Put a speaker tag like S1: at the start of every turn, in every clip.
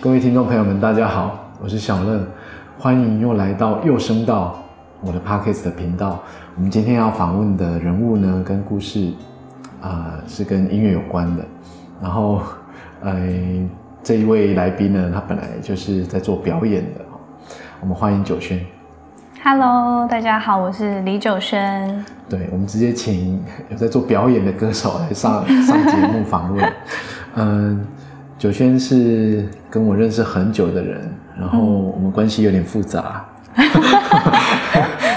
S1: 各位听众朋友们，大家好，我是小乐，欢迎又来到又声道我的 Podcast 的频道。我们今天要访问的人物呢，跟故事啊、呃是跟音乐有关的。然后，呃，这一位来宾呢，他本来就是在做表演的哦。我们欢迎九轩。
S2: Hello，大家好，我是李九轩。
S1: 对，我们直接请有在做表演的歌手来 上上节目访问。嗯，九轩是跟我认识很久的人，然后
S2: 嗯
S1: 我们关系有点复 杂，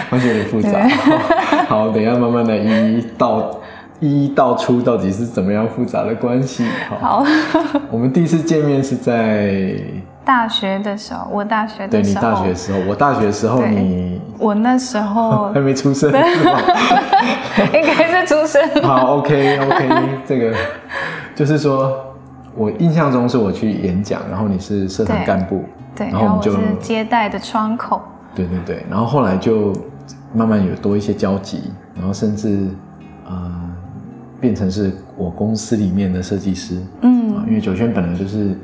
S1: 关系有点复杂。 好，等一下慢慢来一一道一一道出到底是怎么样复杂的关系。好，
S2: 好，
S1: 我们第一次见面是在
S2: 大学的时候，我大学
S1: 对
S2: 的
S1: 你
S2: 时候，
S1: 大学的时候，我大学的时候
S2: 对
S1: 你
S2: 我那时 候
S1: 还没出生是吧？
S2: 应该是出生，
S1: 好，OK OK，这个就是说，我印象中是我去演讲，然后你是社团
S2: 对
S1: 干部，
S2: 对，
S1: 然
S2: 然
S1: 后我
S2: 后
S1: 们
S2: 我
S1: 就是啊
S2: 接待的窗口，
S1: 对对对，然后后来就慢慢有多一些交集，然后甚至呃变成是我公司里面的设计师，啊
S2: 嗯，
S1: 因为九轩本来就是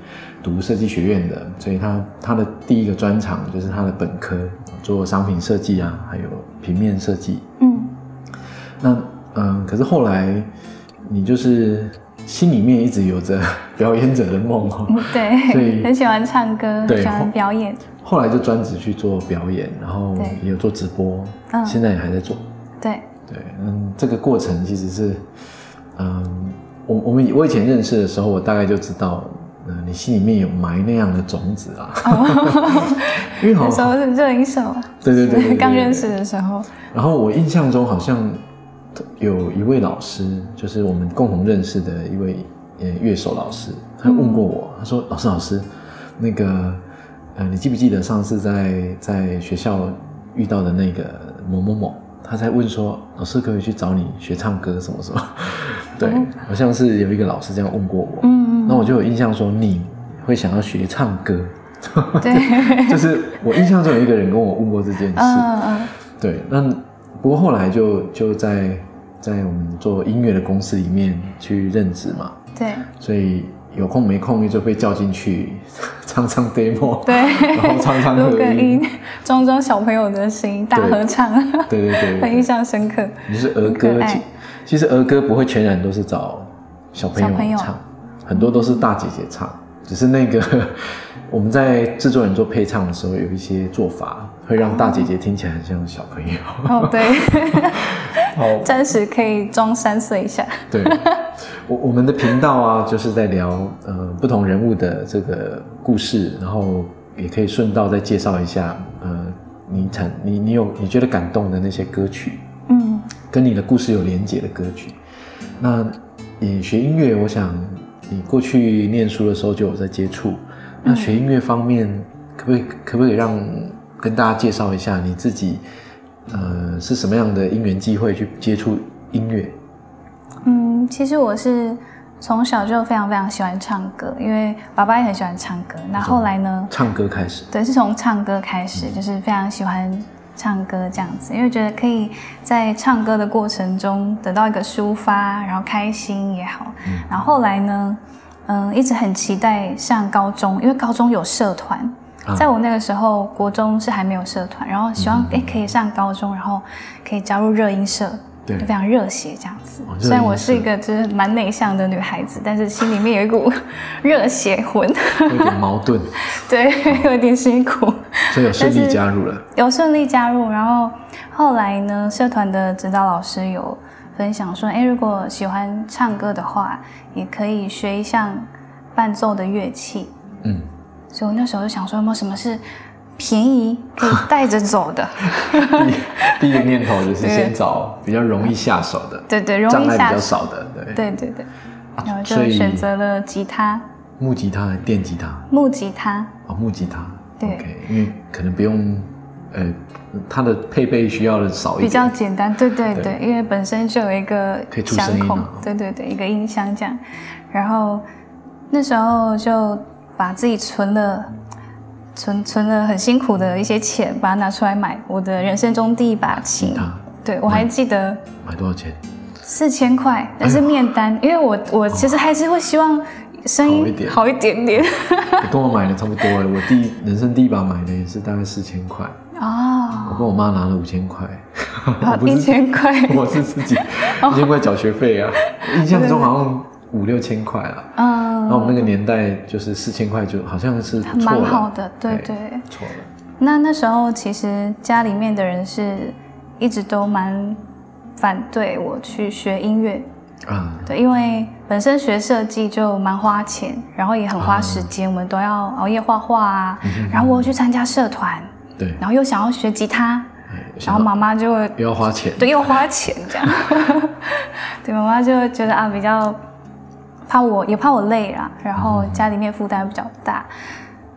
S1: 读设计学院的，所以他他的第一个专长就是他的本科做商品设计啊，还有平面设计，
S2: 嗯，
S1: 那嗯，可是后来你就是心里面一直有着 表演者的梦
S2: 嗯
S1: 哦，所以
S2: 对， 很喜欢唱歌，
S1: 对
S2: 很喜欢表演，
S1: 后来就专职去做表演，然后
S2: 对
S1: 也有做直播，
S2: 嗯
S1: 现在也还在做。
S2: 对，
S1: 对，嗯，这个过程其实是，嗯，我我们以我以前认识的时候，我大概就知道，嗯、你心里面有埋那样的种子啊， 因为好
S2: 哦那时候是热音社嘛，
S1: 哦对对对对对对
S2: 刚认识的时候，
S1: 然后我印象中好像有一位老师，就是我们共同认识的一位呃乐手老师，他问过我，他说：“老师，老师，那个呃，你记不记得上次在在学校遇到的那个某某某？”他在问说：“老师，可不可以去找你学唱歌什么什么？” 对，好像是有一个老师这样问过我，
S2: 嗯
S1: 那我就有印象说你会想要学唱歌，
S2: 嗯，对，
S1: 哦 就是我印象中有一个人跟我问过这件事，
S2: 嗯嗯
S1: 对，那不过后来就就在在我们做音乐的公司里面去任职嘛，
S2: 嗯，对
S1: 所以有空没空就被叫进去 唱唱 demo，然后唱唱
S2: 对，
S1: 合
S2: 录个
S1: 音
S2: 音，，装装小朋友的声音，大
S1: 对
S2: 合唱，
S1: 对对对
S2: 很
S1: 对，
S2: 印象深刻。
S1: 你是儿
S2: 很
S1: 歌
S2: 可，爱
S1: 其其实儿歌不会全然都是找小朋
S2: 小朋
S1: 友
S2: 友
S1: 唱，很多都是大姐姐唱，只是那个 我们在制作人做配唱的时候有一些做法会让大姐姐听起来很像小朋友，
S2: 哦， 对，
S1: 哦，
S2: 暂时可以装三岁一下。
S1: 对， 我我们的频道啊，就是在聊呃不同人物的这个故事，然后也可以顺道再介绍一下呃你产你你有你觉得感动的那些歌曲，
S2: 嗯，
S1: 跟你的故事有连结的歌曲。那你学音乐，我想你过去念书的时候就有在接触。那学音乐方面，可不可以可不可以让跟大家介绍一下你自己，呃，是什么样的因缘机会去接触音乐？
S2: 嗯，其实我是从小就非常非常喜欢唱歌，因为爸爸也很喜欢唱歌。那后来呢？
S1: 唱歌开始。
S2: 对，是从唱歌开
S1: 嗯
S2: 始，就是非常喜欢唱歌这样子，因为觉得可以在唱歌的过程中得到一个抒发，然后开心也好。
S1: 嗯
S2: 然后后来呢，嗯，一直很期待上高中，因为高中有社团
S1: 啊。嗯
S2: 在我那个时候，国中是还没有社团，然后希望诶可以上高中，然后可以加入热音社，
S1: 对
S2: 就非常热血这样子
S1: 哦热。音
S2: 虽然我
S1: 社
S2: 是一个就是蛮内向的女孩子，但是心里面有一股 热血魂，
S1: 有点矛盾，
S2: 对，有点辛苦。
S1: 所以有顺利加入了。
S2: 有顺利加入，然后后来呢，社团的指导老师有分享说，哎，如果喜欢唱歌的话，也可以学一项伴奏的乐器。
S1: 嗯，
S2: 所以我那时候就想说，有没有什么是便宜可以带着走 的？
S1: 第一个念头就是先找比较容易下手的，
S2: 对对，容
S1: 障
S2: 易
S1: 碍比
S2: 下
S1: 较
S2: 手。
S1: 少的，对。
S2: 对对对，然后就
S1: 所以
S2: 选择了吉他，
S1: 木吉他、电吉他啊、
S2: 木吉他。
S1: 哦木吉他，
S2: 对
S1: OK，因为可能不用，呃，它的配备需要的少一点，
S2: 比较简单，对对
S1: 对
S2: 对，因为本身就有一个
S1: 可以出声
S2: 响
S1: 音
S2: 孔
S1: 啊，
S2: 对对对，一个音箱这样。然后那时候就把自己存了存存了很辛苦的一些钱，把它拿出来买我的人生中第一把琴。
S1: 它
S2: 对我还记得
S1: 买多少钱？ 哎
S2: 四千块，但是面单，因为我我其实还是会希望声
S1: 好一
S2: 音
S1: 点
S2: 好一点 点
S1: 你跟我买的差不多了，我第一人生第一把买的也是大概四千块，
S2: 哦，
S1: 我跟我妈拿了五千块， 我
S2: 好
S1: 不
S2: 一
S1: 是
S2: 千块，
S1: 我是自 己
S2: 哦
S1: 一千块缴学费啊，印象中好像五六千块啦。然
S2: 嗯，
S1: 后我们那个年代就是四千块，就好像是不错哎
S2: 蛮
S1: 了
S2: 好的，对对。
S1: 错了。
S2: 那那时候其实家里面的人是一直都蛮反对我去学音乐，
S1: 啊，
S2: 对，因为本身学设计就蛮花钱，然后也很花时间，我们都要熬夜画画啊，然后我又去参加社团，
S1: 对，
S2: 然后又想要学吉他，
S1: 哎
S2: 然后妈妈就会
S1: 又要花钱，
S2: 对又花钱这样， 对，妈妈就觉得啊比较怕我也怕我累啦，然后家里面负担比较大，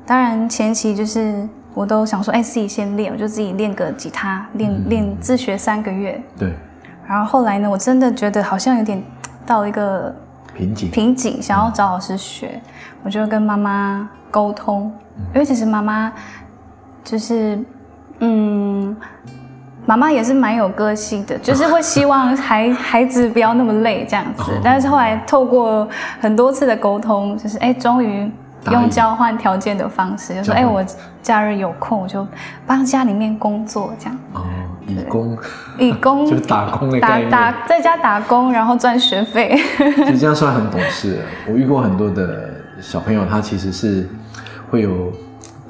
S2: 当然前期就是。我都想说，哎、自己先练，我就自己练个吉他，练练自学三个月。
S1: 对
S2: 然后后来呢，我真的觉得好像有点到一个
S1: 瓶颈，
S2: 瓶颈，想要找老师学，我就跟妈妈沟通，因为其实妈妈就是，嗯，妈妈也是蛮有个性 的，就是会希望孩孩子不要那么累这样子
S1: 哦。
S2: 但是后来透过很多次的沟通，就是哎，终于
S1: 答应
S2: 用交换条件的方式，就说
S1: 交换
S2: 哎，我假日有空，我就帮家里面工作这样，
S1: 哦，以工
S2: 以工
S1: 就打工的
S2: 打
S1: 概念，
S2: 打在家打工，然后赚学费。
S1: 其实这样算很懂事了。我遇过很多的小朋友，他其实是会有，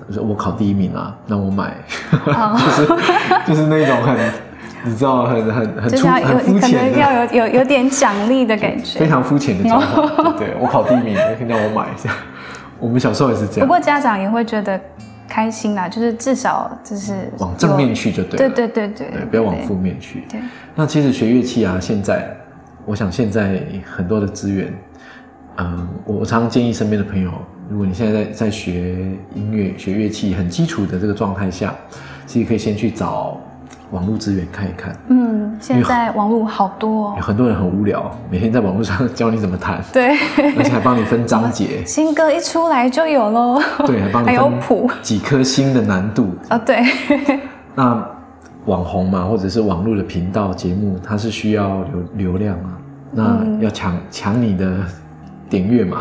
S1: 就是我考第一名啦，那我买，
S2: 哦
S1: 就是就是那种很，你知道，很很很
S2: 就是
S1: 粗
S2: 要有
S1: 很肤
S2: 可
S1: 浅
S2: 能
S1: 的，
S2: 要有有有点奖励的感
S1: 非
S2: 觉。
S1: 常肤浅的交 换。对我考第一名，让我买一下。我们小时候也是这
S2: 不
S1: 样，
S2: 过家长也会觉得开心啦，就是至少就是
S1: 往正面去就对了，
S2: 对对对对
S1: 对，不要往负面去。
S2: 对
S1: 那其实学乐器啊，现在我想现在很多的资源，嗯，我我常常建议身边的朋友，如果你现在在在学音乐、学乐器很基础的这个状态下，其实可以先去找网络资源看一看。
S2: 嗯，现
S1: 哎
S2: 在网络好多哦
S1: 有，很多人很无聊，每天在网络上教你怎么 弹，
S2: 对，，
S1: 而且还帮你分章节
S2: 新歌一出来就有喽，
S1: 对，还帮你
S2: 还有
S1: 分
S2: 谱
S1: 几颗星的难度，
S2: 啊，对，
S1: 那网红嘛，或者是网络的频道节目，它是需要流流量啊，那
S2: 嗯
S1: 要抢抢、你的点阅嘛，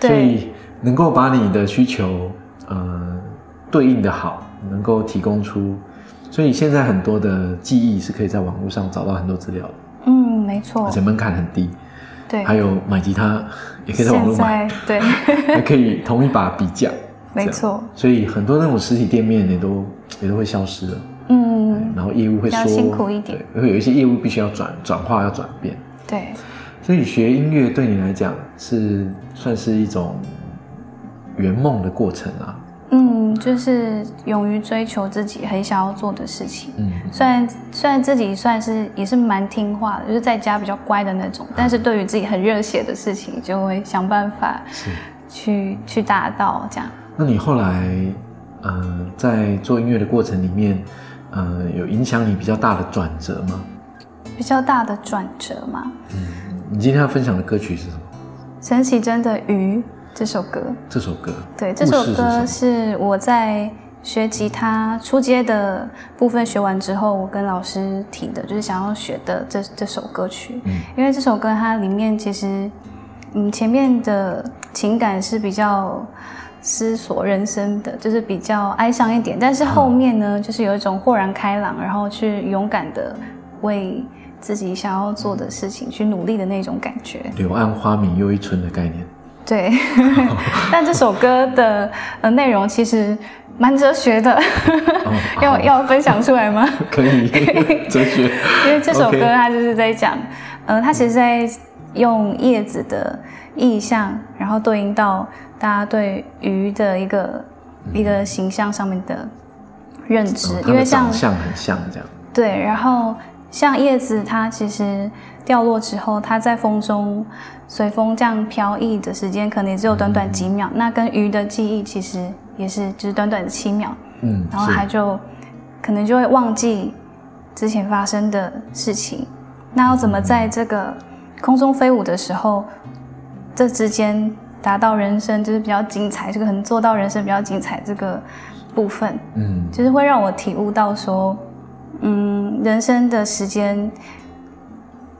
S2: 对
S1: 所以能够把你的需求呃对应的好，能够提供出，所以现在很多的技艺是可以在网络上找到很多资料的，
S2: 嗯，没
S1: 而
S2: 错
S1: 且，门槛很低，
S2: 对，
S1: 还有买吉他也可以在网
S2: 现
S1: 络买，
S2: 在 对，
S1: 还可以同一把比价，
S2: 没
S1: 这样
S2: 错，
S1: 所以很多那种实体店面也都也都会消失了。
S2: 嗯，
S1: 然后业务会
S2: 比较
S1: 说
S2: 辛苦一点，
S1: 对，会有一些业务必须要转转化要转变，
S2: 对，
S1: 所以学音乐对你来讲是算是一种圆梦的过程啊，
S2: 嗯，就是勇于追求自己很想要做的事情。
S1: 嗯，
S2: 虽然虽然自己算是也是蛮听话的，就是在家比较乖的那种，但是对于自己很热血的事情，就会想办法
S1: 是。
S2: 去去达到这样。
S1: 那你后来呃在做音乐的过程里面，呃有影响你比较大的转折吗？
S2: 比较大的转折嘛，
S1: 你今天要分享的歌曲是什么？
S2: 《陈绮贞的鱼》这首歌，
S1: 这首歌
S2: 对，这首
S1: 故事是什
S2: 歌
S1: 么
S2: 是我在学吉他初阶的部分学完之后，我跟老师提的，就是想要学的这这首歌曲。
S1: 嗯
S2: 因为这首歌它里面其实，嗯，前面的情感是比较思索人生的，就是比较哀伤一点，但是
S1: 嗯
S2: 后面呢，就是有一种豁然开朗，然后去勇敢的为自己想要做的事情去努力的那种感觉。
S1: 柳暗花明又一村的概念，
S2: 对，
S1: 哦
S2: 但这首歌的呃内容其实蛮哲学的，
S1: 哦
S2: 要要分享出 来吗？
S1: 可以哲学
S2: 因为这首歌
S1: OK
S2: 它就是在讲，呃，它其实在用叶子的意象，然后对应到大家对鱼的一个、一个形象上面的认知，
S1: 嗯它
S2: 因为
S1: 的
S2: 像
S1: 长相很像这样，
S2: 对，然后像叶子，它其实掉落之后，它在风中随风这样飘逸的时间，可能也只有短短几秒。那跟鱼的记忆其实也是，就是短短的七秒，
S1: 嗯，
S2: 然后
S1: 是
S2: 它就可能就会忘记之前发生的事情。那要怎么在这个空中飞舞的时候，这之间达到人生就是比较精彩，这个很做到人生比较精彩这个部分，
S1: 嗯
S2: 就是会让我体悟到说，嗯，人生的时间，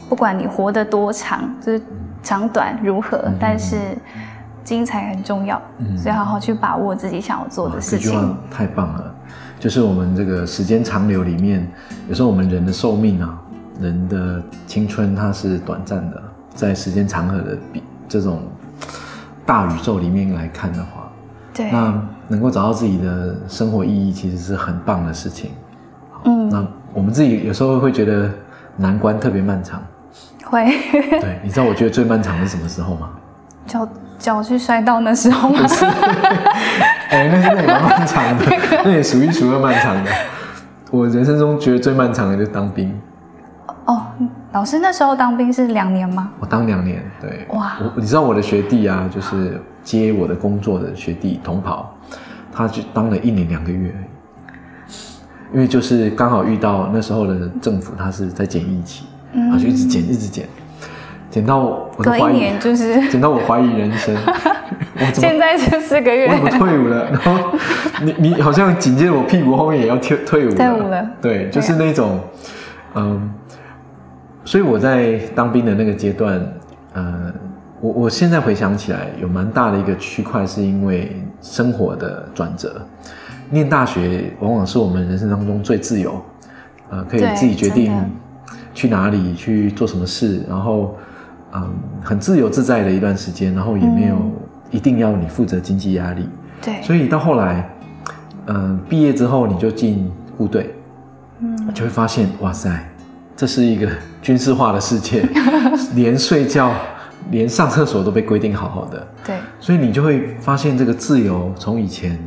S2: 不管你活得多长，就是长短如何，但是精彩很重要，
S1: 嗯
S2: 所以好好去把握自己想要做
S1: 哇
S2: 的
S1: 嗯这
S2: 事
S1: 句
S2: 情。
S1: 话太棒了，就是我们这个时间长流里面，有时候我们人的寿命啊，人的青春它是短暂的，在时间长河的比这种大宇宙里面来看的话，
S2: 对，
S1: 那能够找到自己的生活意义，其实是很棒的事情。
S2: 嗯，
S1: 那我们自己有时候会觉得难关特别漫长，
S2: 会
S1: 对，你知道我觉得最漫长是什么时候吗？
S2: 脚脚去摔到那时候吗？
S1: 哎、那那也蛮漫 长的，那也数一数二漫长的。我人生中觉得最漫长的就是当兵，
S2: 哦，老师那时候当兵是两年吗？
S1: 我当两年，对，
S2: 哇
S1: 我你知道我的学弟啊，就是接我的工作的学弟同袍，他就当了一年两个月而已，因为就是刚好遇到那时候的政府，他是在检疫期，
S2: 嗯
S1: 他就一直检，一直检，检到我都
S2: 隔一
S1: 怀疑，
S2: 年就是，
S1: 检到我怀疑人 生，我怎么
S2: 现在是四个
S1: 我
S2: 月
S1: 怎。么退伍了？然后你你好像紧接着我屁股后面也要退退伍了，
S2: 退伍了
S1: 对，就是那种，嗯，所以我在当兵的那个阶段，呃，我我现在回想起来，有蛮大的一个区块是因为生活的转折。念大学往往是我们人生当中最自由，呃，可以
S2: 对
S1: 自己决定
S2: 真的
S1: 去哪里去做什么事，然后嗯，很自由自在的一段时间，然后也没有
S2: 嗯
S1: 一定要你负责经济压力，
S2: 对，
S1: 所以到后来，嗯，毕业之后你就进部队，
S2: 嗯，
S1: 就会发现，哇塞，这是一个军事化的世 界，连睡觉、连上厕所都被规定好好的，
S2: 对，
S1: 所以你就会发现这个自由从以前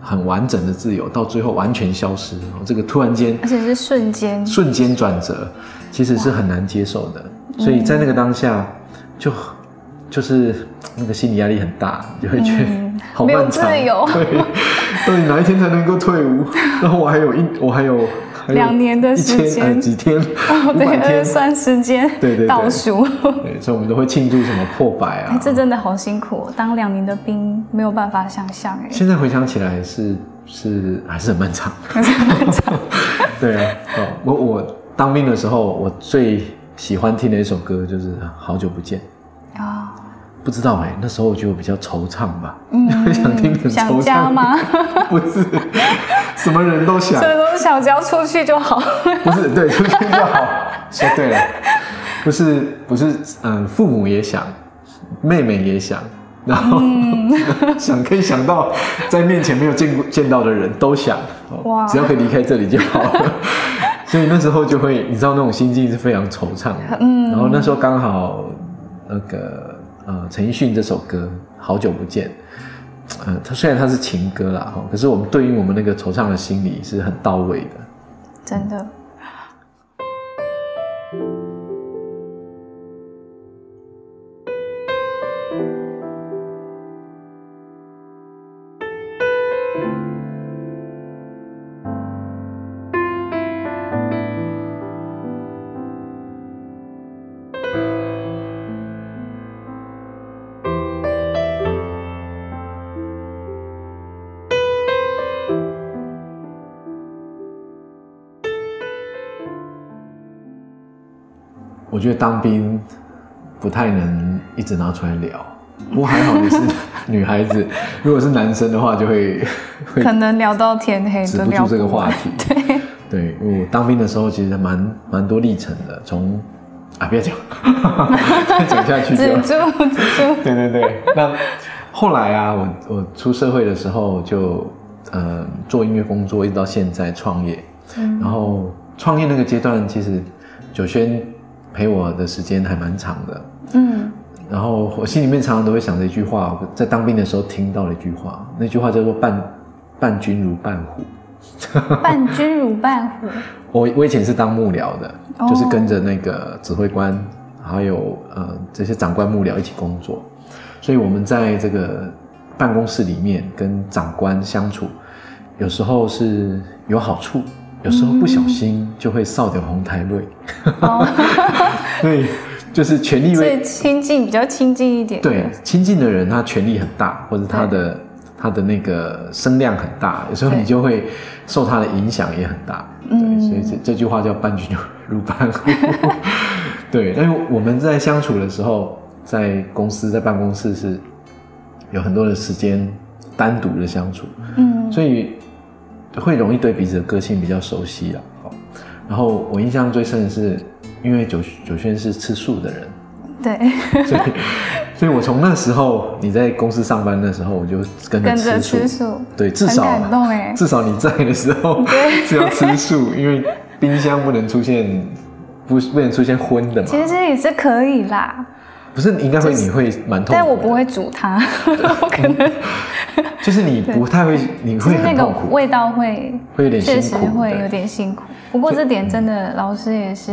S1: 很完整的自由，到最后完全消失，然后这个突然间
S2: 而且是瞬间。
S1: 瞬间转折，其实是很难接受的。所以在那个当下，就就是那个心理压力很大，就会觉得、
S2: 嗯
S1: 好
S2: 没有
S1: 漫长。
S2: 自由
S1: 对，到底哪一天才能够退 伍？然后我还有一，我还有还有
S2: 两年的
S1: 一
S2: 时
S1: 千
S2: 间
S1: 呃、几天，
S2: 哦，
S1: 五百
S2: 对，
S1: 天
S2: 二。算时间
S1: 对对对啊
S2: 倒数。
S1: 对，所以我们都会庆祝什么破百啊
S2: 哎，。 这真的好辛苦、哦，当两年的兵没有办法想象 哎。
S1: 现在回想起来是是还是很漫长。对啊，哦我我当兵的时候，我最喜欢听的一首歌就是《好久不见》。
S2: 啊、
S1: 不知道哎、那时候我觉得我比较惆怅吧，
S2: 嗯
S1: 想听很
S2: 想
S1: 惆
S2: 家
S1: 怅
S2: 吗？
S1: 不是，什么人都想啊
S2: 所，以说想交出去就好。
S1: 不是对，出去就好。说对了，不是不是，嗯、父母也想，妹妹也想，然后、想可以想到在面前没有见过见到的人都想，哦
S2: 哇
S1: 只要可以离开这里就好了。所以那时候就会，你知道那种心境是非常惆怅的。
S2: 嗯
S1: 然后那时候刚好那个呃陈奕迅这首歌《好久不见》，呃，它虽然它是情歌啦，哦可是我们对应我们那个惆怅的心理是很到位的。
S2: 真的，
S1: 我觉得当兵不太能一直拿出来聊，不过还好你是女孩子，如果是男生的话就会会
S2: 可能聊到天黑
S1: 止
S2: 都
S1: 不
S2: 聊
S1: 住这个话
S2: 完。
S1: 题。 对，对我当兵的时候其实蛮蛮多历程的，从啊不要讲， 再讲下去就
S2: 止住，止住。
S1: 对对对。那后来啊，我我出社会的时候就呃做音乐工作，一直到现在创业。
S2: 嗯
S1: 然后创业那个阶段，其实九轩陪我的时间还蛮长的。
S2: 嗯，
S1: 然后我心里面常常都会想着一句话，我在当兵的时候听到了一句话，那句话叫做“伴伴君如伴虎”。
S2: 伴君如伴虎。
S1: 我我以前是当幕僚的，
S2: 哦
S1: 就是跟着那个指挥官，还有呃这些长官幕僚一起工作，所以我们在这个办公室里面跟长官相处，有时候是有好处，有时候不小心就会扫掉红台 位，
S2: 哦，
S1: 对，就是权力
S2: 所
S1: 位
S2: 以亲近比较亲近一点。
S1: 对，亲近的人，他权力很大，或者他的他的那个声量很大，有时候
S2: 对
S1: 你就会受他的影响也很大。对，
S2: 嗯
S1: 所以这这句话叫“伴君如伴虎” 。 对，因为我们在相处的时候，在公司在办公室是有很多的时间单独的相处，
S2: 嗯
S1: 所以会容易对彼此的个性比较熟悉啊。哦然后我印象最深的是，因为九九轩是吃素的人，
S2: 对，
S1: 所以所以我从那时候你在公司上班的时候，我就跟着
S2: 跟着
S1: 吃素，
S2: 吃素，
S1: 对，至
S2: 很
S1: 少
S2: 感动哎，
S1: 至少你在的时候 是要吃素，因为冰箱不能出现不不能出现荤的嘛。
S2: 其实也是可以啦，
S1: 不是，应该会你会蛮痛苦的，
S2: 但我不会煮它， 我可能
S1: 就是你不太会，你
S2: 就
S1: 会
S2: 是那
S1: 很
S2: 个
S1: 痛苦，
S2: 味道会
S1: 会有点
S2: 确
S1: 辛
S2: 实
S1: 苦，
S2: 会
S1: 对
S2: 有点辛苦。不过这点真的老师也是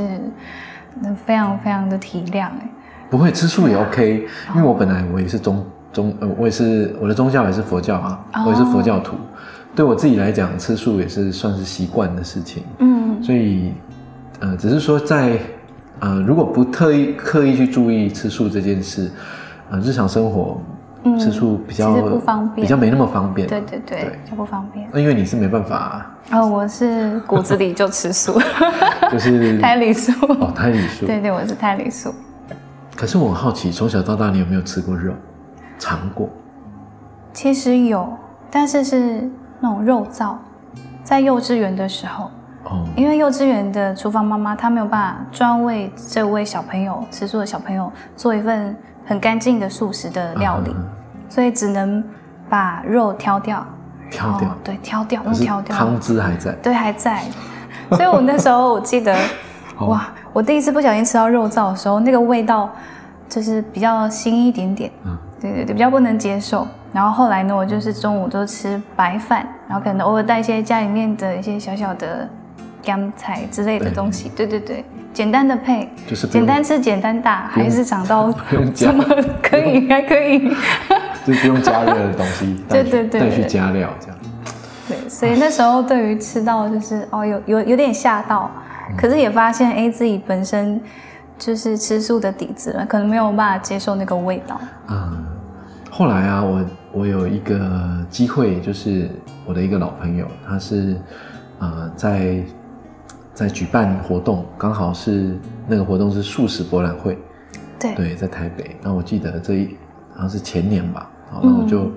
S2: 嗯非常非常的体谅哎，
S1: 不会吃素也 OK，因为
S2: 啊
S1: 我本来我也是宗宗，呃，我也是我的宗教也是佛教啊，
S2: 哦
S1: 我也是佛教徒，对我自己来讲，吃素也是算是习惯的事情，
S2: 嗯
S1: 所以呃，只是说在呃，如果不特意刻意去注意吃素这件事，呃，日常生活
S2: 嗯
S1: 吃素比较、
S2: 其实不方便
S1: 比较没那么方便，
S2: 对对对
S1: 对，
S2: 就不方便。
S1: 那因为你是没办法、
S2: 哦，我是骨子里就吃 素，
S1: 就是
S2: 胎里素。
S1: 哦胎里素，
S2: 对对，我是胎里素。
S1: 可是我很好奇，从小到大你有没有吃过肉？尝过？
S2: 其实有，但是是那种肉燥，在幼稚园的时候，
S1: 哦，
S2: 因为幼稚园的厨房妈妈她没有办法专为这位小朋友吃素的小朋友做一份很干净的素食的料理，
S1: 嗯
S2: 所以只能把肉挑掉，
S1: 挑掉
S2: 哦，对，挑掉，
S1: 可
S2: 用
S1: 是
S2: 挑掉，
S1: 汤汁还在。
S2: 对，还在。所以我那时候我 记得，
S1: 哦
S2: 哇，我第一次不小心吃到肉燥的时候，那个味道就是比较新一点点，
S1: 嗯
S2: 对对对，比较不能接受。然后后来呢，我就是中午都吃白饭，然后可能偶尔带一些家里面的一些小小的干菜之类的
S1: 对
S2: 东西，对对对，简单的配，
S1: 就是不用
S2: 简单吃简单大，
S1: 不用
S2: 还是长到
S1: 用加
S2: 怎么可以还可以。
S1: 就不用加热的东西， 带
S2: 对
S1: 去
S2: 对对
S1: 带
S2: 对
S1: 去加料这样。
S2: 对，所以那时候对于吃到就是哦，有有有点吓到，
S1: 嗯
S2: 可是也发现哎，自己本身就是吃素的底子了，可能没有办法接受那个味道。
S1: 嗯，后来啊，我我有一个机会，就是我的一个老朋友，他是呃在在举办活动，刚好是那个活动是素食博览会，
S2: 对，
S1: 对，在台北。那我记得这一好像是前年吧，好那我就、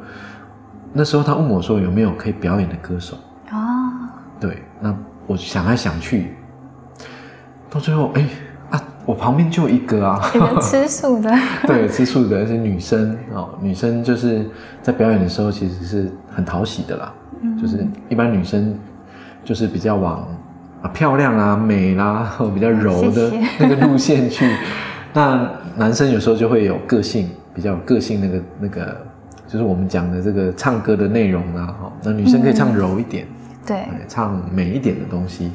S1: 那时候他问我说有没有可以表演的歌手，
S2: 啊，
S1: 对，那我想来想去，到最后哎啊，我旁边就有一个啊，
S2: 有个吃素 的，
S1: 对，吃素的，而且女生哦，女生就是在表演的时候其实是很讨喜的啦，
S2: 嗯
S1: 就是一般女生就是比较往啊漂亮啊、美啦、 哦比较柔的
S2: 啊谢谢
S1: 那个路线去。那男生有时候就会有个性，比较有个性那个那个，就是我们讲的这个唱歌的内容啊，哦，那女生可以唱柔一点。
S2: 对，
S1: 哎唱美一点的东西。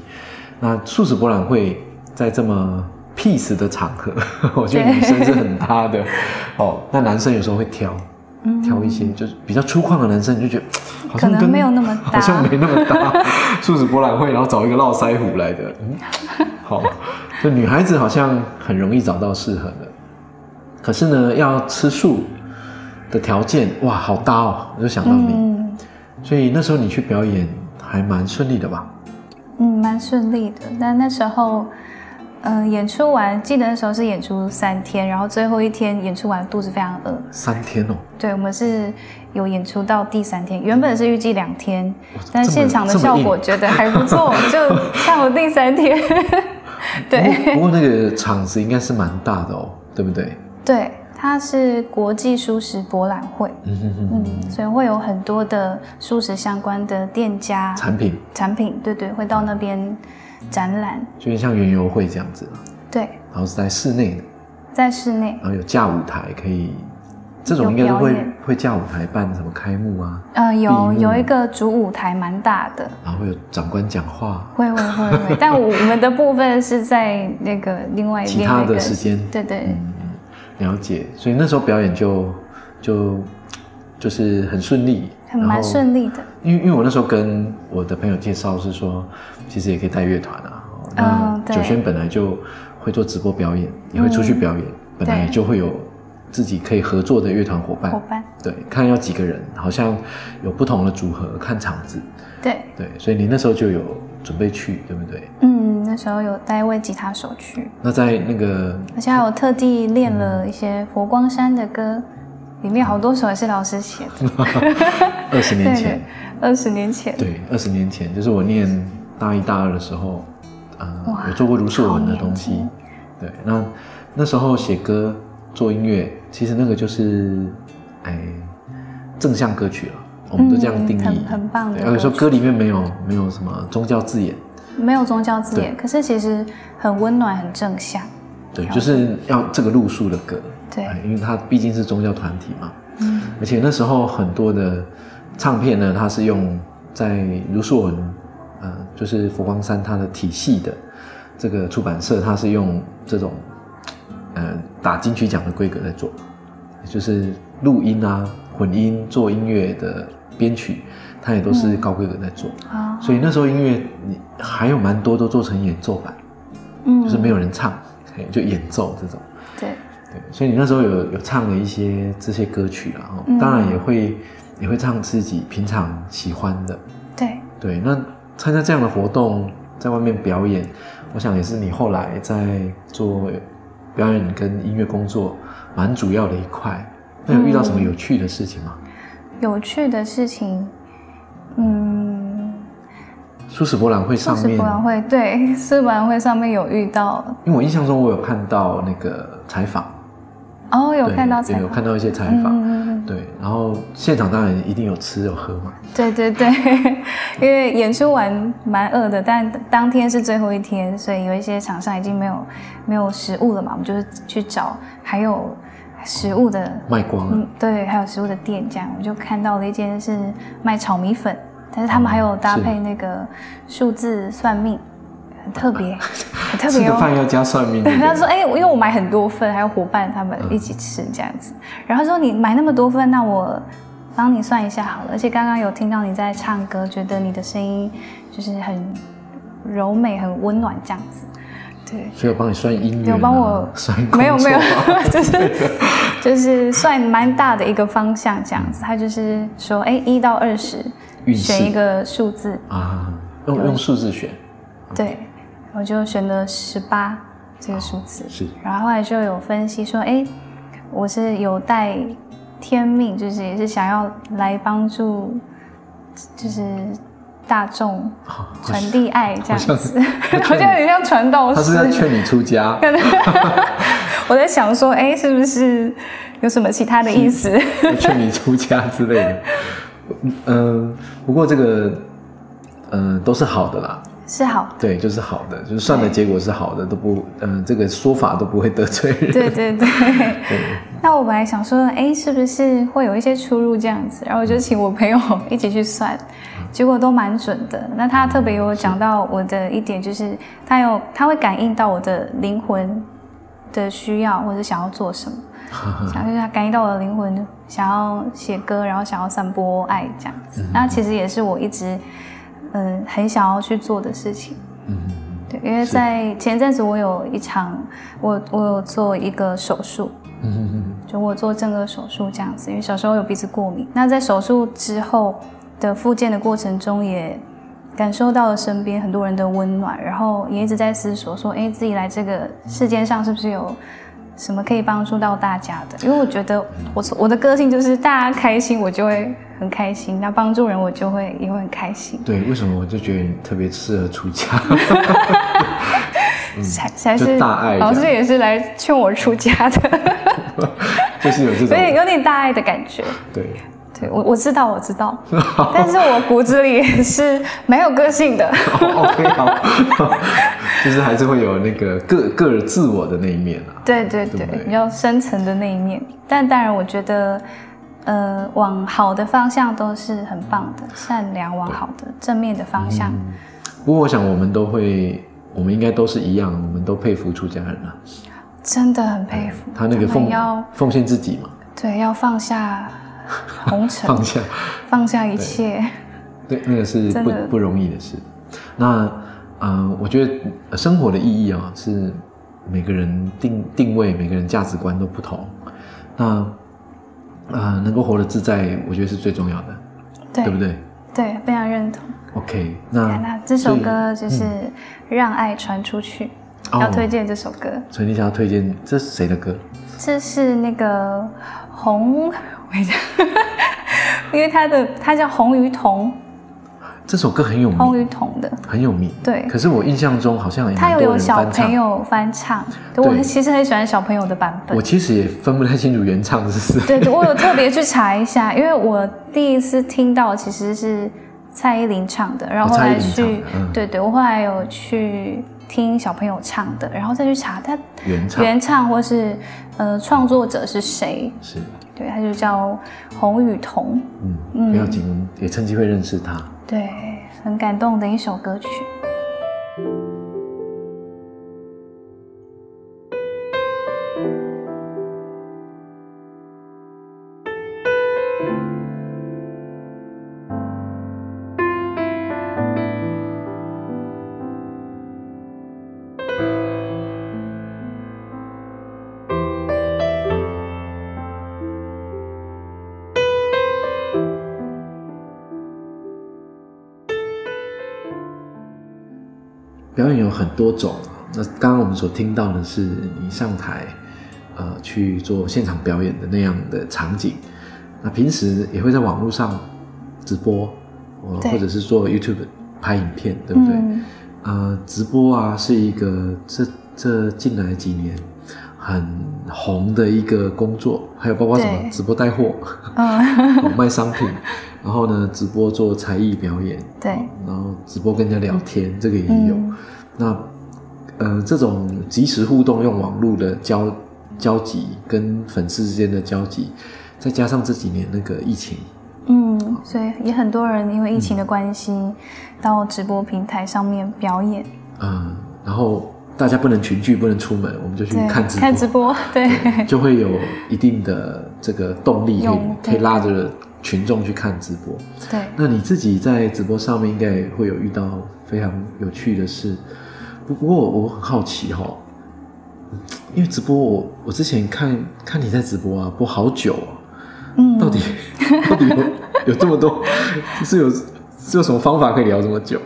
S1: 那素食博览会在这么 peace 的场合， 我觉得
S2: 对
S1: 女生是很搭的哦。那男生有时候会挑，
S2: 嗯
S1: 挑一些就是比较粗犷的男生，你就觉得嘖好
S2: 可
S1: 像
S2: 能
S1: 跟
S2: 没有那么
S1: 好
S2: 搭
S1: 像没那么搭。素食博览会，然后找一个络腮胡来的，嗯，好，就女孩子好像很容易找到适合的。可是呢，要吃素的条件，哇，好搭哦！我就想到你，
S2: 嗯
S1: 所以那时候你去表演还蛮顺利的吧？
S2: 嗯，蛮顺利的。但那时候，嗯、演出完，记得那时候是演出三天，然后最后一天演出完肚子非常饿，
S1: 三天哦，
S2: 对，我们是有演出到第三天，原本是预计两天
S1: 哇，
S2: 但
S1: 这么
S2: 现场的
S1: 这么
S2: 效
S1: 硬
S2: 果觉得还不错，就上了第三天。 对
S1: 不过不过那个场子应该是蛮大的哦，对不对？
S2: 对，它是国际素食博览会，
S1: 嗯哼哼哼，
S2: 嗯，所以会有很多的素食相关的店家
S1: 产品
S2: 产品，对对，会到那边展览。
S1: 就有点像园游会这样子，
S2: 对，
S1: 然后是在室内的，
S2: 在室内，
S1: 然后有架舞台可以，这种应该
S2: 有
S1: 都
S2: 表
S1: 会
S2: 演
S1: 会架舞台办什么开幕啊，
S2: 呃，有
S1: 闭幕
S2: 有一个主舞台蛮大的，
S1: 然后会有长官讲话，
S2: 会会会会，但我我们的部分是在那个另外一
S1: 其
S2: 边
S1: 他
S2: 那
S1: 的
S2: 个，
S1: 时间嗯
S2: 对对，
S1: 了解，所以那时候表演就就就是很顺利，
S2: 很
S1: 然
S2: 蛮
S1: 后
S2: 顺利的。
S1: 因为因为我那时候跟我的朋友介绍是说，其实也可以带乐团啊。哦那
S2: 嗯对嗯
S1: 九轩本来就会做直播表演，也会出去表演，本来
S2: 对哦
S1: 就会有自己可以合作的乐团伙
S2: 伙
S1: 伴。
S2: 伴，
S1: 对，看要几个人，好像有不同的组合，看场子。
S2: 对，
S1: 对，所以你那时候就有准备去，对不对？
S2: 嗯，那时候有带一位吉他手去，
S1: 那在那个嗯
S2: 而且还有特地练了一些佛光山的歌，里面好多首也是老师写的，
S1: 二十年前，
S2: 二十年前，
S1: 嗯对，二十年前就是我念大一大二的时候，呃
S2: 哇，
S1: 有做过卢素文的东
S2: 好
S1: 西
S2: 年轻。
S1: 对，那那时候写歌、做音乐，其实那个就是哎正向歌曲了，我们都这样定义，
S2: 嗯很很棒的
S1: 对，而且说歌
S2: 歌曲
S1: 里面没有没有什么宗教字眼，
S2: 没有宗教字眼，可是其实很温暖，很正向。
S1: 对，就是要这个路数的歌。
S2: 对
S1: 哎因为它毕竟是宗教团体嘛，而且那时候很多的唱片呢，它是用在如素文，呃，就是佛光山它的体系的这个出版社，它是用这种呃打金曲奖的规格在做，就是录音啊、混音、做音乐的编曲，它也都是高规格在做。
S2: 啊，
S1: 所以那时候音乐你还有蛮多都做成演奏版，
S2: 嗯
S1: 就是没有人唱，嘿就演奏这种。
S2: 对，
S1: 对，所以你那时候有有唱了一些这些歌曲啦，哦，
S2: 嗯
S1: 当然也会也会唱自己平常喜欢的。
S2: 对，
S1: 对，那参加这样的活动，在外面表演，我想也是你后来在做表演跟音乐工作蛮主要的一块。那有遇到什么有趣的事情吗？
S2: 有趣的事情，嗯，
S1: 苏史博览会上
S2: 素食
S1: 面
S2: 博，览会对， 素食博览会上面有遇到，
S1: 因为我印象中我有看到那个采访，
S2: 哦，有
S1: 对
S2: 看到
S1: 对
S2: 采
S1: 有
S2: 访，
S1: 看到一些采
S2: 嗯
S1: 访，
S2: 嗯嗯
S1: 对，然后现场当然一定有吃有喝嘛，
S2: 对对 对，因为演出完蛮饿的，但当天是最后一天，所以有一些厂商已经没有没有食物了嘛，我们就是去找还有食物的，
S1: 卖光了，
S2: 嗯，对，还有食物的店这样，我就看到了一间是卖炒米粉，但是他们还有搭
S1: 是
S2: 配那个数字算命，很特别，很特
S1: 吃
S2: 别
S1: 个
S2: 哦。
S1: 饭要加算命。嗯对
S2: 对，
S1: 不对
S2: 他说：“哎、因为我买很多份，还有伙伴他们一起吃这样子。然后他说：“你买那么多份，那我帮你算一下好了。”而且刚刚有听到你在唱歌，觉得你的声音就是很柔美、很温暖这样子。对，
S1: 所以我帮你算音乐、啊，
S2: 有帮我
S1: 算
S2: 没有
S1: 工
S2: 没
S1: 作
S2: 有
S1: 啊，
S2: 就是就是算蛮大的一个方向这样子。他就是说：“哎、一到二十，
S1: 运气
S2: 选一个数字。
S1: 啊，用用数字选，”
S2: 对，我就选了十八这个数字。
S1: 是
S2: 然后后来就有分析说，哎，我是有带天命，就是也是想要来帮助，就是大众
S1: 啊好好
S2: 传递爱这样
S1: 像
S2: 子， 好像有点像传道
S1: 他是在
S2: 士。
S1: 劝你出家，
S2: 我在想说，哎，是不是有什么其他的 意思？
S1: 劝你出家之类的。嗯，不过这个，嗯，都是好的啦，
S2: 是好，
S1: 对，就是好的，就是算的结果是好的，都不，嗯，这个说法都不会得罪人。
S2: 对对 对。那我本来想说，哎，是不是会有一些出入这样子？然后我就请我朋友一起去算，结果都蛮准的。那他特别有讲到我的一点，就是他有他会感应到我的灵魂的需要或者想要做什么，
S1: 嗯
S2: 想就是他感应到我的灵魂想要写歌，然后想要散播爱这样子。那其实也是我一直嗯、很想要去做的事情。
S1: 嗯，
S2: 对，因为在前阵子我有一场，我我有做一个手术，
S1: 嗯嗯嗯
S2: 就我做正颌手术这样子，因为小时候有鼻子过敏。那在手术之后的复健的过程中，也感受到了身边很多人的温暖，然后也一直在思索说，哎，自己来这个世间上是不是有什么可以帮助到大家的？因为我觉得我 我的个性就是大家开心我就会很开心，那帮助人我就会也会很开心，
S1: 对，为什么我就觉得你特别适合出家？
S2: 才才
S1: 嗯就是大爱这样
S2: 老师也是来劝我出家的，
S1: 就是有这
S2: 所以
S1: 种
S2: 有点大爱的感觉。
S1: 对，
S2: 对我我知道我知道，但是我骨子里也是蛮有个性的。
S1: 哦 OK 好， 就是还是会有那个个个人自我的那一面啊。
S2: 对对对，
S1: 对不对
S2: 比较深层的那一面。但当然，我觉得，呃，往好的方向都是很棒的，善良往好的正面的方向。
S1: 嗯不过我想我们都会，我们应该都是一样，我们都佩服出家人啊，
S2: 真的很佩服
S1: 哎他那个
S2: 们
S1: 奉
S2: 要
S1: 奉献自己嘛，
S2: 对要放下红 尘，
S1: 放下，
S2: 放下一切。
S1: 对，那个是
S2: 真
S1: 不
S2: 的
S1: 不容易的事。那嗯、呃我觉得呃生活的意义啊，是每个人定定位，每个人价值观都不同。那呃，能够活得自在，我觉得是最重要的，
S2: 对
S1: 不对
S2: 对非常认同。
S1: ？OK，那
S2: 那这首
S1: 所以嗯
S2: 歌就是《让爱传出去》，
S1: 哦
S2: 要推荐这首歌。
S1: 所以你想要推荐这是谁的歌？
S2: 这是那个洪，我一下 因为他的他叫洪于彤，
S1: 这首歌很有
S2: 洪于
S1: 名，
S2: 彤的，
S1: 很有名。
S2: 哦对
S1: 可是我印象中好像也
S2: 他
S1: 蛮
S2: 有
S1: 多
S2: 有
S1: 人
S2: 小
S1: 翻
S2: 朋
S1: 唱。
S2: 友翻唱，
S1: 对
S2: 我其实很喜欢小朋友的版本
S1: 我。其实也分不太清楚原唱是谁。
S2: 对，我有特别去查一下，因为我第一次听到其实是蔡依林唱的，然后
S1: 哦
S2: 后
S1: 蔡依
S2: 来
S1: 林唱
S2: 去
S1: 的，嗯
S2: 对对，我后来有去听小朋友唱的，然后再去查他
S1: 哦原唱
S2: 原唱或是呃创作者是谁，
S1: 是，
S2: 对，他就叫洪雨桐，
S1: 嗯，
S2: 嗯
S1: 不要紧，我们也趁机会认识他。
S2: 对，很感动的一首歌曲。
S1: 表演有很多种，那刚刚我们所听到的是你上台，呃，去做现场表演的那样的场景。那平时也会在网络上直播，呃，
S2: 对
S1: 或者是做 YouTube 拍影片，对不对？
S2: 嗯
S1: 呃，直播啊是一个这这近来几年很红的一个工作，还有包括什么
S2: 对
S1: 直播带货、
S2: 嗯，
S1: 哦卖商品，然后呢直播做才艺表演，
S2: 对，
S1: 然后直播跟人家聊天，这个也有。
S2: 嗯
S1: 那呃，这种即时互动用网络的交交集跟粉丝之间的交集，再加上这几年那个疫情，
S2: 嗯，所以也很多人因为疫情的关系，到直播平台上面表演，
S1: 呃，然后大家不能群聚，不能出门，我们就去
S2: 对，
S1: 看直播，
S2: 看直播，对，
S1: 就会有一定的这个动力，可以
S2: 用
S1: 可以拉着群众去看直播。
S2: 对，
S1: 那你自己在直播上面应该也会有遇到非常有趣的事，不不过我很好奇哈、哦，因为直播我我之前看看你在直播啊，播好久啊，
S2: 嗯，
S1: 到底到底有有这么多是有是有什么方法可以聊这么久？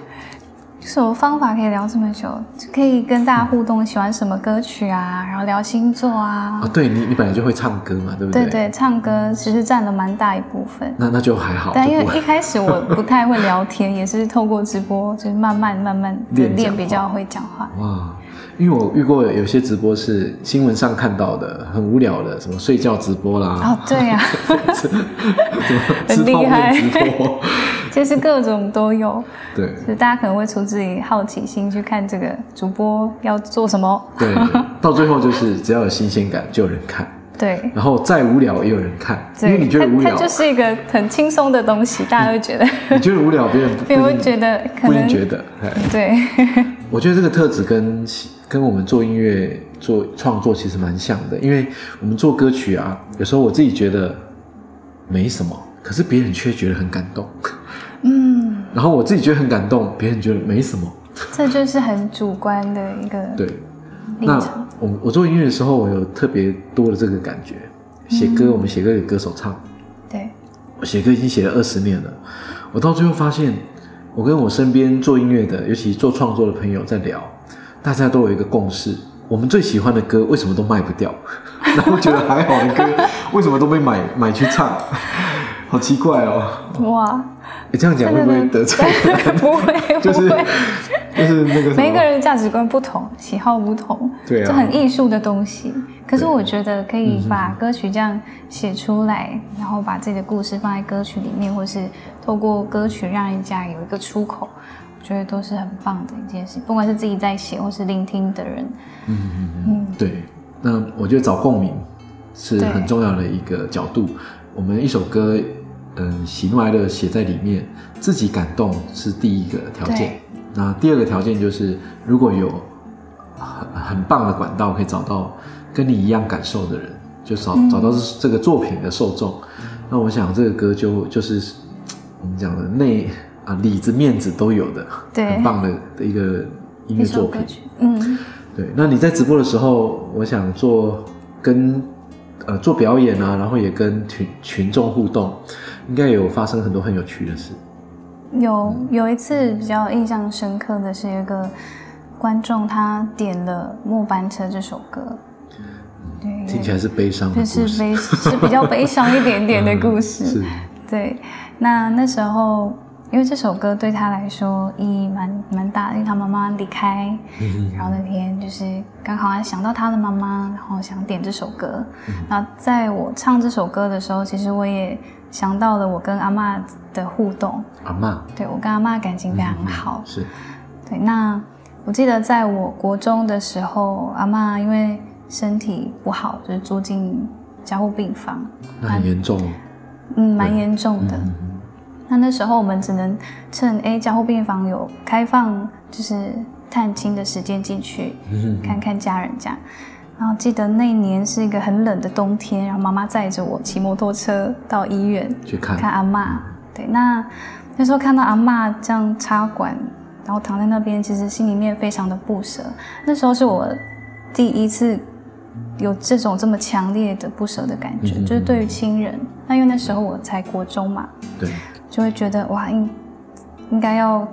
S2: 就是有方法可以聊这么久，就可以跟大家互动，喜欢什么歌曲啊，然后聊星座啊，
S1: 啊，对你你本来就会唱歌嘛，对不
S2: 对
S1: 对？
S2: 对，唱歌其实占了蛮大一部分。
S1: 那那就还好，
S2: 但因
S1: 啊就不
S2: 为一
S1: 会
S2: 开始我不太会聊天，也是透过直播，就是慢慢慢慢的
S1: 练讲
S2: 练
S1: 话
S2: 比较会讲话。
S1: 哇。因为我遇过有些直播是新闻上看到的，很无聊的，什么睡觉直播啦，
S2: 哦，对呀、
S1: 什么 吃
S2: 很厉
S1: 泡面
S2: 害
S1: 直 播，
S2: 就是各种都有，
S1: 对
S2: 就大家可能会出自己好奇心去看这个主播要做什么。
S1: 对，到最后就是只要有新鲜感就有人看，
S2: 对，
S1: 然后再无聊也有人看，因为
S2: 对，
S1: 你觉得无
S2: 它
S1: 聊
S2: 它，就是一个很轻松的东西，大家会觉得，
S1: 你觉得无聊，别人不
S2: 别人会
S1: 一定
S2: 觉得可
S1: 不一定
S2: 能
S1: 觉得。哎
S2: 对，
S1: 我觉得这个特质跟跟我们做音乐、做创作其实蛮像的，因为我们做歌曲啊，有时候我自己觉得没什么，可是别人却觉得很感动，
S2: 嗯，
S1: 然后我自己觉得很感动，别人觉得没什么，
S2: 这就是很主观的一个
S1: 对。
S2: 立
S1: 那
S2: 场。
S1: 我我做音乐的时候，我有特别多的这个感觉。写歌，我们写歌给歌手唱，
S2: 对，
S1: 我写歌已经写了二十年了，我到最后发现，我跟我身边做音乐的，尤其做创作的朋友在聊，大家都有一个共识：我们最喜欢的歌为什么都卖不掉？ 然后觉得还好的歌为什么都被买买去唱？ 好奇怪哦！
S2: 哇，
S1: 你这样讲会不会得罪？
S2: 不会，
S1: 就是
S2: 不会。
S1: 就是那个什
S2: 每一个
S1: 么，
S2: 人价值观不同，喜好不同，
S1: 对啊
S2: 这很艺术的东西。可是
S1: 对
S2: 我觉得可以把
S1: 嗯
S2: 歌曲这样写出来，然后把自己的故事放在歌曲里面，或是透过歌曲让人家有一个出口，我觉得都是很棒的一件事。不管是自己在写，或是聆听的人，
S1: 嗯
S2: 嗯
S1: 对，那我觉得找共鸣是
S2: 对
S1: 很重要的一个角度。我们一首歌，嗯，喜怒哀乐写在里面，自己感动是第一个条件
S2: 对。
S1: 那第二个条件就是，如果有很很棒的管道可以找到跟你一样感受的人，就找、
S2: 嗯
S1: 找到这个作品的受众，那我想这个歌就就是嘖我们讲的内啊里子面子都有的，
S2: 对
S1: 很棒的的一个音乐
S2: 一首
S1: 作
S2: 歌
S1: 品。
S2: 曲，嗯，
S1: 对，那你在直播的时候，我想做跟呃做表演啊，然后也跟群群众互动，应该有发生很多很有趣的事。
S2: 有有一次比较印象深刻的是，有一个观众他点了《末班车》这首歌，对，
S1: 听起来是悲伤的
S2: 就
S1: 故事，
S2: 嗯是悲是比较悲伤一点
S1: 嗯
S2: 点的故事。
S1: 是
S2: 对，那那时候因为这首歌对他来说意义蛮蛮大的，因为他妈妈离开，然后那天就是刚好想到他的妈妈，然后想点这首歌。那、在我唱这首歌的时候，其实我也想到了我跟阿嬷的互动，
S1: 阿妈，
S2: 对我跟阿嬷感情非常好，
S1: 是
S2: 对，那我记得在我国中的时候，阿嬷因为身体不好，就是住进加护病房，
S1: 那很严重哦，
S2: 嗯，蛮严重的。
S1: 嗯嗯
S2: 那那时候我们只能趁 A 加护病房有开放，就是探亲的时间进去
S1: 嗯
S2: 看看家人这样。然后记得那一年是一个很冷的冬天，然后妈妈载着我骑摩托车到医院，
S1: 嗯去看，
S2: 看阿嬷，对，那那时候看到阿嬷这样插管，然后躺在那边，其实心里面非常的不舍。那时候是我第一次有这种这么强烈的不舍的感觉，
S1: 嗯
S2: 就是对于亲人。那因为那时候我才国中嘛，
S1: 对，
S2: 就会觉得哇，应应该要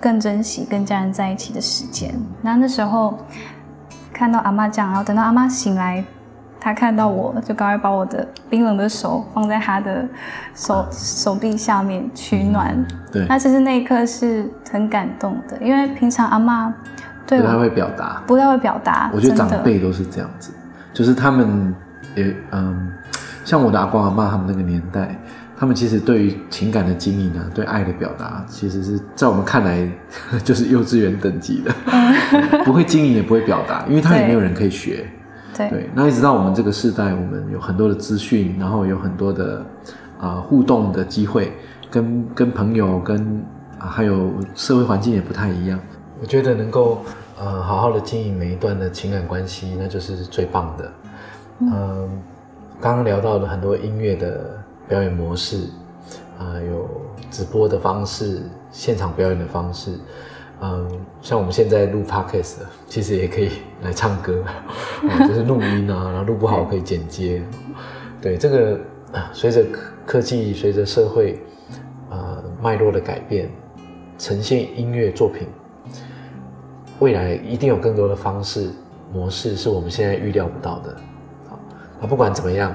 S2: 更珍惜跟家人在一起的时间。那那时候看到阿妈这样，然后等到阿妈醒来，她看到我就赶快把我的冰冷的手放在她的 手手臂下面取暖。
S1: 对，
S2: 那其实那一刻是很感动的，因为平常阿妈对
S1: 不太
S2: 我
S1: 会表达，
S2: 不太会表达，
S1: 我觉得
S2: 啊真
S1: 长
S2: 的
S1: 辈都是这样子，就是他们也嗯，像我的阿公阿妈他们那个年代，他们其实对于情感的经营啊，对爱的表达，其实是在我们看来 就是幼稚园等级的， 不会经营也不会表达，因为他也
S2: 对
S1: 没有人可以学。
S2: 对
S1: 对，那一直到我们这个世代，我们有很多的资讯，然后有很多的啊、互动的机会，跟跟朋友，跟啊、还有社会环境也不太一样。我觉得能够呃好好的经营每一段的情感关系，那就是最棒的。嗯、刚刚聊到了很多音乐的表演模式，啊、有直播的方式，现场表演的方式。嗯，像我们现在录 podcast，的其实也可以来唱歌， 哦、就是录音啊，然后录不好可以剪接。对，这个啊随着科科技，随着社会呃脉络的改变，呈现音乐作品，未来一定有更多的方式模式是我们现在预料不到的。好，那不管怎么样，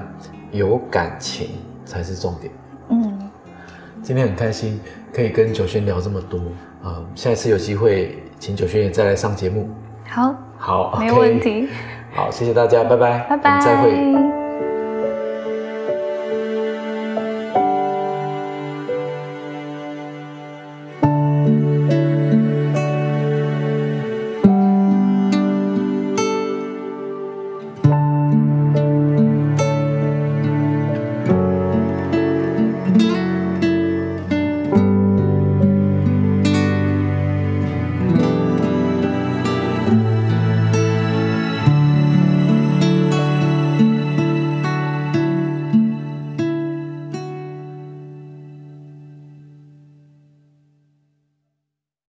S1: 有感情才是重点。
S2: 嗯，
S1: 今天很开心可以跟九轩聊这么多啊、呃下一次有机会请九轩也再来上节目。
S2: 好，
S1: 好，
S2: 没
S1: OK
S2: 问。题，
S1: 好，谢谢大家，拜拜，
S2: 拜
S1: 我
S2: 拜，
S1: 们再会。